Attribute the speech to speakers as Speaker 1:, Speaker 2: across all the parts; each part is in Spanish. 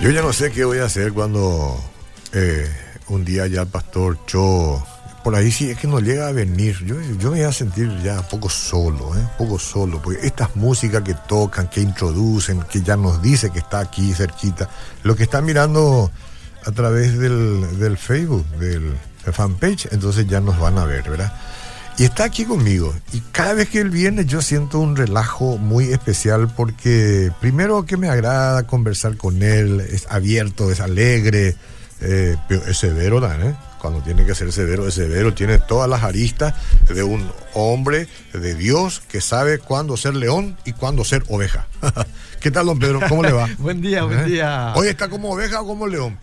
Speaker 1: Yo ya no sé qué voy a hacer cuando eh, un día ya el pastor Cho, por ahí sí es que no llega a venir, yo, yo me voy a sentir ya un poco solo, ¿eh? un poco solo, porque estas músicas que tocan, que introducen, que ya nos dice que está aquí cerquita, lo que está mirando a través del, del Facebook, del, del fanpage, entonces ya nos van a ver, ¿verdad? Y está aquí conmigo. Y cada vez que él viene yo siento un relajo muy especial porque primero que me agrada conversar con él, es abierto, es alegre, eh, pero es severo Dan, ¿eh? Cuando tiene que ser severo, es severo, tiene todas las aristas de un hombre de Dios que sabe cuándo ser león y cuándo ser oveja. ¿Qué tal, don Pedro? ¿Cómo le va?
Speaker 2: buen día, buen
Speaker 1: ¿Eh?
Speaker 2: día.
Speaker 1: ¿Hoy está como oveja o como león?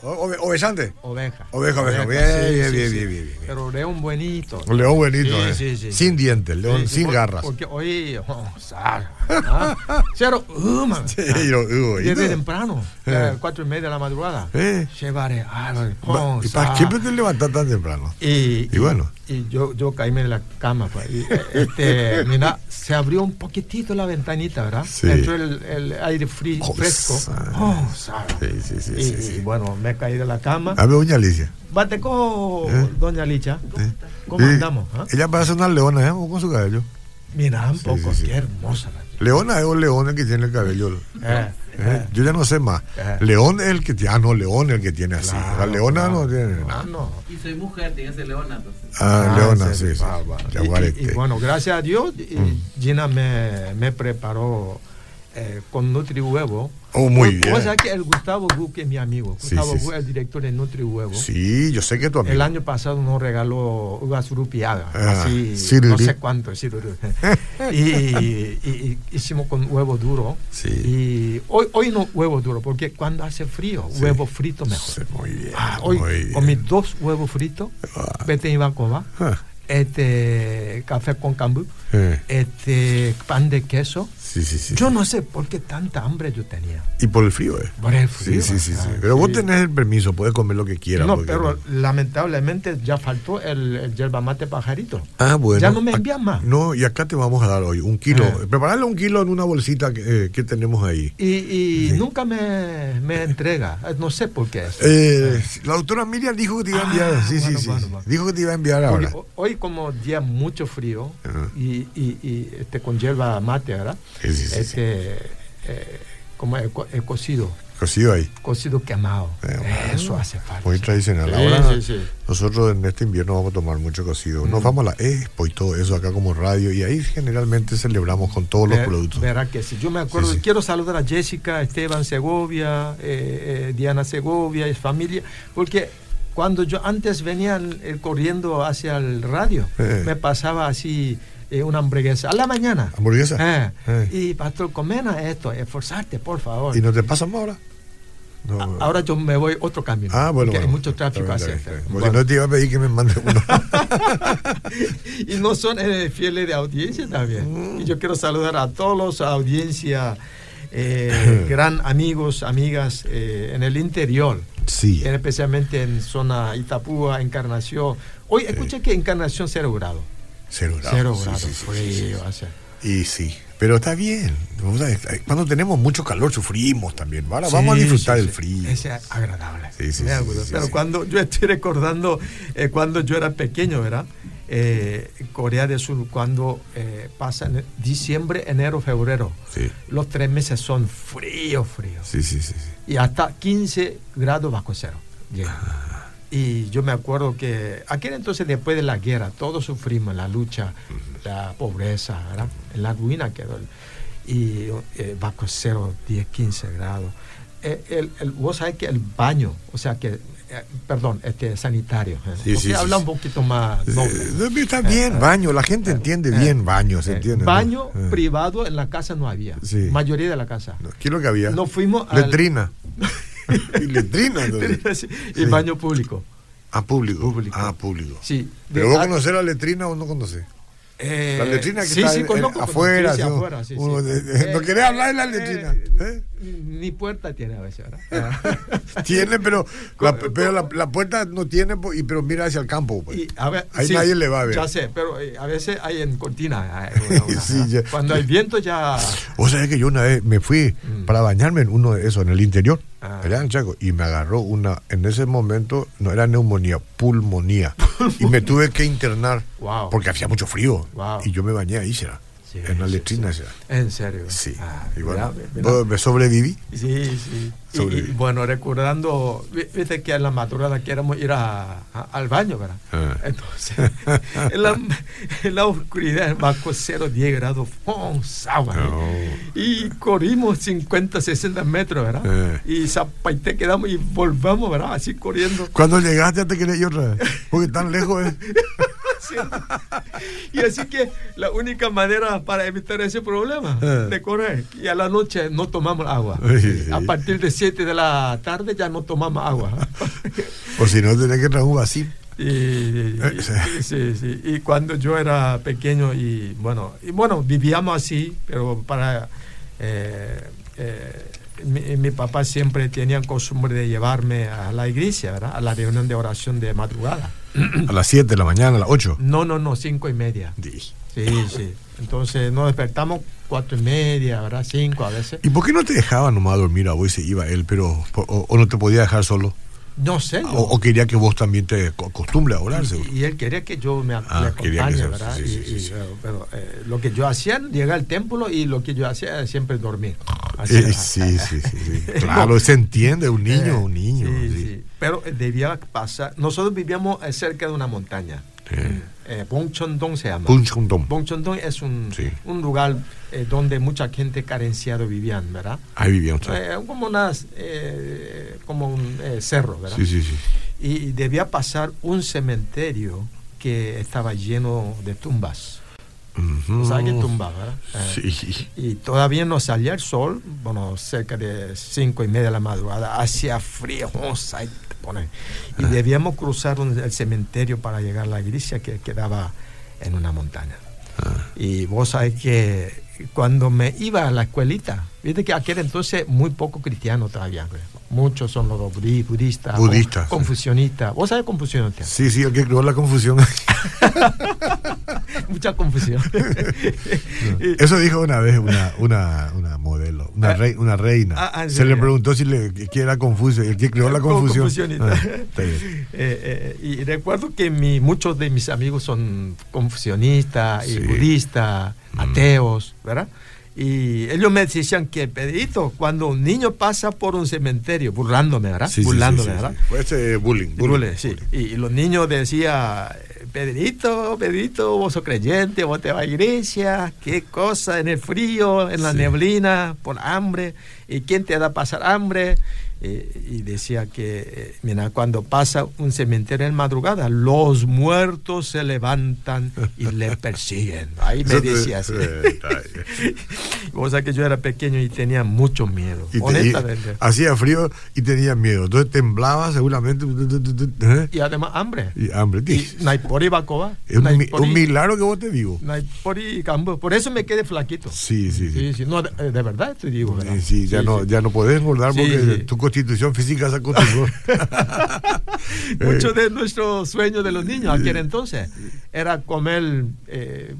Speaker 1: O- ove- ¿Ovejante?
Speaker 2: Oveja.
Speaker 1: Oveja, oveja. Bien,
Speaker 2: sí,
Speaker 1: bien,
Speaker 2: sí,
Speaker 1: bien,
Speaker 2: sí.
Speaker 1: bien, bien, bien.
Speaker 2: Pero león buenito.
Speaker 1: Un león buenito,
Speaker 2: Sí,
Speaker 1: eh.
Speaker 2: sí, sí.
Speaker 1: sin dientes, león
Speaker 2: Sí, sí,
Speaker 1: sin
Speaker 2: por-
Speaker 1: garras.
Speaker 2: Porque hoy. oh, zar, ah. Cero. uh, man.
Speaker 1: Y lo- y lo- y
Speaker 2: Llegué
Speaker 1: todo.
Speaker 2: temprano,
Speaker 1: Eh.
Speaker 2: eh, cuatro y media de la madrugada.
Speaker 1: Eh.
Speaker 2: Llevaré algo.
Speaker 1: Va-
Speaker 2: oh,
Speaker 1: ¿Y para
Speaker 2: zar.
Speaker 1: qué te levantas tan temprano?
Speaker 2: Y,
Speaker 1: Y bueno.
Speaker 2: Y yo, yo caíme en la cama. pues, y, eh, este, mira, se abrió un poquitito la ventanita, ¿verdad?
Speaker 1: Sí.
Speaker 2: Entró el, el aire fri-
Speaker 1: Oh,
Speaker 2: fresco.
Speaker 1: zar.
Speaker 2: Oh, zar.
Speaker 1: Sí, sí, sí,
Speaker 2: y,
Speaker 1: sí,
Speaker 2: y
Speaker 1: sí.
Speaker 2: bueno, me caí de la cama.
Speaker 1: A ver, doña Alicia.
Speaker 2: Bateco,
Speaker 1: ¿Eh?
Speaker 2: doña Licha.
Speaker 1: ¿eh?
Speaker 2: ¿Cómo
Speaker 1: Sí.
Speaker 2: andamos? ah?
Speaker 1: Ella parece una leona, ¿eh? Con su cabello.
Speaker 2: Mira un poco,
Speaker 1: sí, sí.
Speaker 2: qué hermosa. la-
Speaker 1: Leona es un león el que tiene el cabello.
Speaker 2: Eh,
Speaker 1: ¿eh? Yo ya no sé más.
Speaker 2: Eh.
Speaker 1: León es el que tiene. Ah, no, león es el que tiene así.
Speaker 2: claro,
Speaker 1: La leona
Speaker 2: Eh, claro,
Speaker 1: no tiene
Speaker 2: claro,
Speaker 1: nada.
Speaker 2: no.
Speaker 3: Y soy mujer, tiene que ser leona. Entonces.
Speaker 1: Ah,
Speaker 2: Ah,
Speaker 1: leona,
Speaker 2: ese
Speaker 1: sí, Mm.
Speaker 2: es
Speaker 1: sí.
Speaker 2: bárbaro.
Speaker 1: Ya
Speaker 2: Y- y-
Speaker 1: guarete.
Speaker 2: y, bueno, gracias a Dios, y Gina me, me preparó eh, con Nutri Huevo.
Speaker 1: Oh, muy
Speaker 2: Vos- vos
Speaker 1: bien.
Speaker 2: sabés que el Gustavo Gu, que es mi amigo,
Speaker 1: Sí,
Speaker 2: Gustavo
Speaker 1: sí,
Speaker 2: Gu,
Speaker 1: sí.
Speaker 2: el director de Nutri Huevo.
Speaker 1: Sí, yo sé que tu amigo.
Speaker 2: El año pasado nos regaló uvas rupiadas,
Speaker 1: Ah,
Speaker 2: así
Speaker 1: sirurú.
Speaker 2: no sé cuánto, sirurú. y, y- y hicimos con huevo duro.
Speaker 1: Sí.
Speaker 2: Y hoy, hoy no huevo duro, porque cuando hace frío, huevo frito mejor.
Speaker 1: Sí, Muy bien.
Speaker 2: Ah, hoy
Speaker 1: muy bien.
Speaker 2: comí dos huevos fritos,
Speaker 1: Ah.
Speaker 2: vete y bancoba,
Speaker 1: Ah.
Speaker 2: este café con cambú,
Speaker 1: Eh.
Speaker 2: este pan de queso.
Speaker 1: Sí, sí, sí.
Speaker 2: Yo no sé por qué tanta hambre yo tenía.
Speaker 1: Y por el frío, ¿eh?
Speaker 2: Por el
Speaker 1: Sí,
Speaker 2: frío.
Speaker 1: sí, sí,
Speaker 2: o sea,
Speaker 1: sí. Pero vos
Speaker 2: Pues, ah, sí.
Speaker 1: tenés el permiso, puedes comer lo que quieras.
Speaker 2: No,
Speaker 1: porque
Speaker 2: pero
Speaker 1: no-
Speaker 2: lamentablemente ya faltó el, el yerba mate pajarito.
Speaker 1: Ah, bueno.
Speaker 2: Ya no me
Speaker 1: Ac-
Speaker 2: envían más.
Speaker 1: No, y acá te vamos a dar hoy un kilo.
Speaker 2: Ah.
Speaker 1: Prepararle un kilo en una bolsita que, eh, que tenemos ahí.
Speaker 2: Y, y nunca me, me entrega. Eh, No sé por qué.
Speaker 1: Eh, La doctora Miriam dijo que te iba a enviar.
Speaker 2: Ah,
Speaker 1: sí, sí,
Speaker 2: bueno,
Speaker 1: sí.
Speaker 2: bueno, bueno.
Speaker 1: Dijo que te iba a enviar
Speaker 2: Porque
Speaker 1: ahora.
Speaker 2: ho- hoy como día mucho frío
Speaker 1: Ajá.
Speaker 2: y, y- y, este, con yerba mate, ¿verdad?
Speaker 1: Sí, sí, sí, sí.
Speaker 2: este, eh, como he, co- he cocido,
Speaker 1: Cocido ahí.
Speaker 2: cocido quemado.
Speaker 1: Eh, bueno.
Speaker 2: Eso hace falta.
Speaker 1: Muy tradicional.
Speaker 2: Sí,
Speaker 1: Ahora
Speaker 2: sí, Mm. sí.
Speaker 1: nosotros en este invierno vamos a tomar mucho cocido. Nos vamos a la expo y todo eso acá como radio. Y ahí generalmente celebramos con todos los
Speaker 2: Ver-
Speaker 1: productos.
Speaker 2: Verá que sí. Yo me acuerdo,
Speaker 1: Sí, sí.
Speaker 2: quiero saludar a Jessica, Esteban Segovia, eh, eh, Diana Segovia y familia, porque cuando yo antes venían eh, corriendo hacia el radio,
Speaker 1: Eh.
Speaker 2: me pasaba así eh, una hamburguesa a la mañana.
Speaker 1: ¿Hamburguesa?
Speaker 2: Eh,
Speaker 1: Eh.
Speaker 2: Y pastor, comena esto, esforzarte, por favor.
Speaker 1: ¿Y no te pasa más ahora? No.
Speaker 2: A- Ahora yo me voy otro camino.
Speaker 1: Ah, bueno.
Speaker 2: porque
Speaker 1: bueno.
Speaker 2: hay mucho
Speaker 1: Está
Speaker 2: tráfico
Speaker 1: bien,
Speaker 2: hacia
Speaker 1: está bien,
Speaker 2: este.
Speaker 1: está bien. Porque
Speaker 2: Bueno,
Speaker 1: no te iba a pedir que me mande uno.
Speaker 2: y no son eh, fieles de audiencia también.
Speaker 1: Mm.
Speaker 2: Y yo quiero saludar a todos los audiencia, eh, gran amigos, amigas eh, en el interior,
Speaker 1: sí.
Speaker 2: en- especialmente en zona Itapúa, Encarnación. Hoy escuché que Encarnación cero grado.
Speaker 1: Cero grados.
Speaker 2: Cero
Speaker 1: Sí,
Speaker 2: grado.
Speaker 1: sí, sí,
Speaker 2: frío,
Speaker 1: sí, sí.
Speaker 2: o sea.
Speaker 1: Y sí, pero está bien. Vamos a- Cuando tenemos mucho calor sufrimos también. Ahora vamos a
Speaker 2: Sí,
Speaker 1: disfrutar
Speaker 2: sí,
Speaker 1: del
Speaker 2: sí.
Speaker 1: frío.
Speaker 2: Ese Es agradable.
Speaker 1: Sí, sí,
Speaker 2: Me
Speaker 1: sí,
Speaker 2: acuerdo.
Speaker 1: sí, sí,
Speaker 2: Pero
Speaker 1: sí.
Speaker 2: cuando yo estoy recordando eh, cuando yo era pequeño, ¿verdad? Eh, Corea del Sur, cuando eh, pasa en diciembre, enero, febrero,
Speaker 1: Sí.
Speaker 2: los tres meses son fríos, fríos.
Speaker 1: Sí, sí, sí. sí.
Speaker 2: Y hasta 15 grados bajo cero. llega.
Speaker 1: Ah.
Speaker 2: Y yo me acuerdo que aquel entonces, después de la guerra, todos sufrimos la lucha, la pobreza, ¿verdad? En la ruina quedó. el- Y eh, bajo cero, 10, 15 grados. Eh, el- el- vos sabés que el baño, o sea que, eh, perdón, este sanitario. ¿eh?
Speaker 1: Sí,
Speaker 2: Porque
Speaker 1: sí,
Speaker 2: habla
Speaker 1: sí,
Speaker 2: un poquito más noble.
Speaker 1: Eh, Está bien, baño. La gente entiende bien baño, se
Speaker 2: Eh,
Speaker 1: entiende. ¿no?
Speaker 2: baño
Speaker 1: Eh.
Speaker 2: privado en la casa no había.
Speaker 1: Sí.
Speaker 2: Mayoría de la casa.
Speaker 1: No, ¿Qué es lo que había?
Speaker 2: Nos fuimos al-
Speaker 1: Letrina. Y letrina, entonces.
Speaker 2: y baño público.
Speaker 1: A público.
Speaker 2: Público.
Speaker 1: Ah, público.
Speaker 2: Sí.
Speaker 1: ¿Pero
Speaker 2: De-
Speaker 1: vos
Speaker 2: ah,
Speaker 1: conocés la letrina o no conocés?
Speaker 2: eh,
Speaker 1: La letrina que
Speaker 2: sí,
Speaker 1: está
Speaker 2: sí,
Speaker 1: en-
Speaker 2: conozco,
Speaker 1: en- afuera.
Speaker 2: conozco, sí,
Speaker 1: ¿no?
Speaker 2: afuera, sí, sí.
Speaker 1: Uno de- de- no
Speaker 2: Eh,
Speaker 1: querés hablar de la
Speaker 2: eh,
Speaker 1: letrina. ¿eh?
Speaker 2: Ni puerta tiene a veces, ¿verdad?
Speaker 1: Tiene, pero, la,
Speaker 2: Co-
Speaker 1: pero la, la puerta no tiene, po- y, pero mira hacia el campo. pues.
Speaker 2: Y a ver-
Speaker 1: Ahí nadie le va a ver.
Speaker 2: Ya sé, pero eh, a veces hay en cortina. eh, una- una-
Speaker 1: Sí, ya.
Speaker 2: Cuando hay viento ya
Speaker 1: O sea que yo una vez me fui
Speaker 2: Mm.
Speaker 1: para bañarme en uno de esos, en el interior,
Speaker 2: Ah.
Speaker 1: allá en el Chaco, y me agarró una, en ese momento no era neumonía, pulmonía. y me tuve que internar
Speaker 2: Wow.
Speaker 1: porque hacía mucho frío.
Speaker 2: Wow.
Speaker 1: Y yo me bañé ahí, será.
Speaker 2: Sí,
Speaker 1: en la
Speaker 2: sí,
Speaker 1: letrina,
Speaker 2: sí.
Speaker 1: será.
Speaker 2: En serio.
Speaker 1: Sí.
Speaker 2: Ah,
Speaker 1: y bueno,
Speaker 2: ¿verdad? ¿verdad?
Speaker 1: me sobreviví.
Speaker 2: Sí, sí. Y,
Speaker 1: Sobre-
Speaker 2: y, bueno, recordando, vi- viste que a la madrugada queremos ir a- a- al baño, ¿verdad?
Speaker 1: Ah.
Speaker 2: Entonces, en la, en la oscuridad, bajo 0, 10 grados, ¡pum! Sábado.
Speaker 1: Oh. No.
Speaker 2: Y corrimos 50, 60 metros, ¿verdad?
Speaker 1: Eh.
Speaker 2: Y zapaité quedamos y volvamos, ¿verdad? Así corriendo.
Speaker 1: Cuando llegaste te quería yo otra vez. Porque tan lejos es.
Speaker 2: Y así que la única manera para evitar ese problema
Speaker 1: Eh.
Speaker 2: de correr. Y a la noche no tomamos agua.
Speaker 1: Sí, sí.
Speaker 2: A partir de 7 de la tarde ya no tomamos agua.
Speaker 1: O si no, tenés que traer un vacío.
Speaker 2: Y, y-
Speaker 1: Eh, sí.
Speaker 2: y- sí, sí. Y cuando yo era pequeño y bueno, y bueno vivíamos así, pero para... eh, eh, mi, mi papá siempre tenía costumbre de llevarme a la iglesia, ¿verdad? A la reunión de oración de madrugada.
Speaker 1: A las 7 de la mañana, a las 8.
Speaker 2: No, no, no, cinco y media. Sí, sí. Entonces nos despertamos cuatro y media, ¿verdad? Cinco a veces.
Speaker 1: ¿Y por qué no te dejaba nomás dormir a vos y se iba él, pero por- o, o no te podía dejar solo?
Speaker 2: No sé. yo-
Speaker 1: Ah, O, o quería que vos también te co- acostumbres a orar, seguro.
Speaker 2: Y, y él quería que yo me, ac-
Speaker 1: Ah,
Speaker 2: le
Speaker 1: quería que
Speaker 2: acompañe,
Speaker 1: se-
Speaker 2: ¿verdad?
Speaker 1: sí,
Speaker 2: Y-
Speaker 1: sí, sí,
Speaker 2: y,
Speaker 1: sí.
Speaker 2: eh, pero, eh, lo que yo hacía, llegar al templo y lo que yo hacía era siempre dormir. Así
Speaker 1: Eh,
Speaker 2: era.
Speaker 1: sí, sí, sí, sí. Claro, se entiende, un niño,
Speaker 2: Eh,
Speaker 1: un niño.
Speaker 2: sí,
Speaker 1: sí.
Speaker 2: sí. Pero eh, debía pasar. Nosotros vivíamos eh, cerca de una montaña.
Speaker 1: Eh,
Speaker 2: Eh, Bongchondong se llama.
Speaker 1: Punchundum.
Speaker 2: Bongchondong es un,
Speaker 1: Sí.
Speaker 2: un lugar eh, donde mucha gente carenciada vivían, ¿verdad?
Speaker 1: Ahí vivían ustedes.
Speaker 2: Eh, como, unas, eh, como un eh, cerro, ¿verdad?
Speaker 1: Sí, sí, sí.
Speaker 2: y debía pasar un cementerio que estaba lleno de tumbas.
Speaker 1: Ujú.
Speaker 2: ¿Sabes qué tumbas, verdad? Eh,
Speaker 1: Sí.
Speaker 2: Y todavía no salía el sol, bueno, cerca de cinco y media de la madrugada, hacía frío, o sea, y te pone. Y debíamos cruzar un- el cementerio para llegar a la iglesia que quedaba en una montaña.
Speaker 1: Ah,
Speaker 2: Y vos sabés que cuando me iba a la escuelita, viste que aquel entonces muy poco cristiano todavía. güey. Muchos son los budi- budistas, con-
Speaker 1: Budistas, sí.
Speaker 2: confusionistas. ¿Vos sabés confusionista?
Speaker 1: Sí, sí, el que creó la confusión.
Speaker 2: Mucha confusión. Y-
Speaker 1: Eso dijo una vez una, una, una modelo, una,
Speaker 2: Ah,
Speaker 1: rei- una reina.
Speaker 2: ah, ah, en
Speaker 1: Se le
Speaker 2: serio.
Speaker 1: preguntó si le, quién era Confucio, el que creó la
Speaker 2: Como
Speaker 1: confusión.
Speaker 2: confusionista.
Speaker 1: Ah, está bien.
Speaker 2: Eh, eh, y recuerdo que mi- muchos de mis amigos son confusionistas y
Speaker 1: Sí.
Speaker 2: budistas,
Speaker 1: Mm.
Speaker 2: ateos, ¿verdad? Y ellos me decían que, Pedrito, cuando un niño pasa por un cementerio, burlándome, ¿verdad?
Speaker 1: Sí, sí,
Speaker 2: burlándome,
Speaker 1: sí, sí,
Speaker 2: ¿verdad?
Speaker 1: sí. Fue este bullying.
Speaker 2: Y
Speaker 1: bullying,
Speaker 2: bullying, sí.
Speaker 1: bullying.
Speaker 2: Y, y los niños decían, Pedrito, Pedrito, vos sos creyente, vos te vas a iglesia, qué cosa, en el frío, en la
Speaker 1: Sí.
Speaker 2: neblina, por hambre, ¿y quién te da pasar hambre? Eh, Y, decía que, eh, mira, cuando pasa un cementerio en madrugada, los muertos se levantan y le persiguen. Ahí me
Speaker 1: Eso te-
Speaker 2: decía así.
Speaker 1: eh, está bien.
Speaker 2: O sea que yo era pequeño y tenía mucho miedo,
Speaker 1: Y te- y
Speaker 2: honestamente.
Speaker 1: hacía frío y tenía miedo. Entonces temblaba seguramente. ¿eh?
Speaker 2: Y además hambre.
Speaker 1: Y hambre.
Speaker 2: Y Naipori Bacoa.
Speaker 1: es un, mi-
Speaker 2: Naipori-
Speaker 1: un milagro que vos te vivo.
Speaker 2: No hay por, y cambo. por eso me quedé flaquito.
Speaker 1: Sí, sí, sí.
Speaker 2: Sí, sí. No, de, de verdad te digo. ¿verdad?
Speaker 1: Eh, Sí, ya,
Speaker 2: Sí,
Speaker 1: no,
Speaker 2: sí.
Speaker 1: ya no podés engordar
Speaker 2: Sí,
Speaker 1: porque
Speaker 2: sí.
Speaker 1: tu constitución física se acostumbró.
Speaker 2: Mucho de nuestro sueño de los niños aquel entonces era comer eh,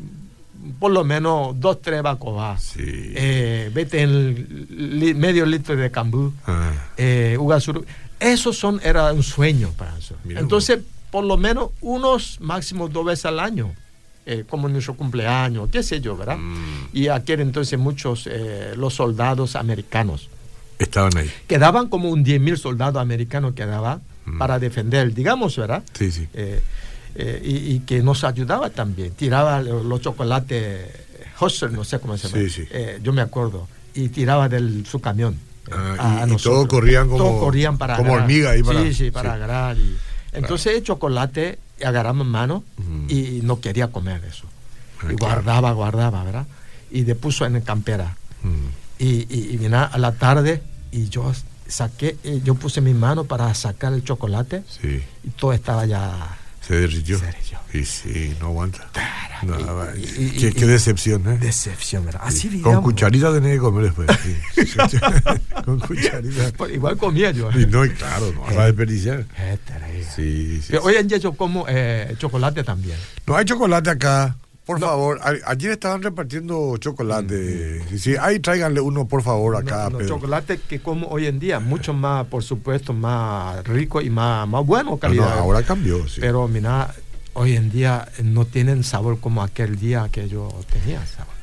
Speaker 2: por lo menos dos, tres bacobás.
Speaker 1: Sí.
Speaker 2: Eh, vete en li- medio litro de cambú.
Speaker 1: Ah,
Speaker 2: eh, Ugasuru. Eso son, era un sueño para nosotros.
Speaker 1: Mira
Speaker 2: Entonces, por lo menos unos máximos dos veces al año, eh, como en nuestro cumpleaños, qué sé yo, ¿verdad?
Speaker 1: Mm.
Speaker 2: Y aquel entonces muchos, eh, los soldados americanos,
Speaker 1: estaban ahí.
Speaker 2: quedaban como un 10.000 soldados americanos quedaban
Speaker 1: Mm.
Speaker 2: para defender, digamos, ¿verdad?
Speaker 1: Sí, sí.
Speaker 2: Eh, eh, y, y que nos ayudaba también. Tiraba lo- los chocolates Husser, no sé cómo se llama.
Speaker 1: Sí, sí.
Speaker 2: Eh, yo me acuerdo. Y tiraba de su camión. eh,
Speaker 1: Ah,
Speaker 2: a-
Speaker 1: y-
Speaker 2: a
Speaker 1: y
Speaker 2: nosotros.
Speaker 1: todos corrían como-
Speaker 2: Todos corrían para
Speaker 1: como
Speaker 2: agarrar.
Speaker 1: hormiga ahí para-
Speaker 2: Sí, sí, para
Speaker 1: sí.
Speaker 2: agarrar. y- entonces el chocolate agarramos en mano
Speaker 1: Mm.
Speaker 2: y no quería comer eso.
Speaker 1: Ah,
Speaker 2: Eh, y
Speaker 1: claro.
Speaker 2: guardaba, guardaba, ¿verdad? Y le puso en el campera
Speaker 1: Mm.
Speaker 2: y, y, y viene a la tarde y yo saqué, eh, yo puse mi mano para sacar el chocolate
Speaker 1: Sí.
Speaker 2: y todo estaba ya.
Speaker 1: Se derritió.
Speaker 2: Se derritió.
Speaker 1: Y sí, no aguanta. No, va-
Speaker 2: y- y-
Speaker 1: qué,
Speaker 2: y-
Speaker 1: qué decepción, ¿eh?
Speaker 2: Decepción, ¿verdad? Así vivíamos.
Speaker 1: Con cucharita tenés que comer después. pues, sí. Sí, Con cucharita.
Speaker 2: Pero igual comía yo. ¿eh?
Speaker 1: Y no, y claro, no vas a desperdiciar.
Speaker 2: Qué terrible.
Speaker 1: Sí, sí.
Speaker 2: Pero Hoy en día yo como eh, chocolate también.
Speaker 1: No hay chocolate acá. Por favor, a- ayer estaban repartiendo chocolate. Sí, sí, ahí tráiganle uno, por favor, acá.
Speaker 2: Mm. No, no,
Speaker 1: Pedro.
Speaker 2: chocolate que como hoy en día, mucho más, por supuesto, más rico y más, más bueno
Speaker 1: Ah, No, no,
Speaker 2: calidad. ¿eh?
Speaker 1: ahora cambió, sí.
Speaker 2: Pero mira, hoy en día no tienen sabor como aquel día que yo tenía sabor.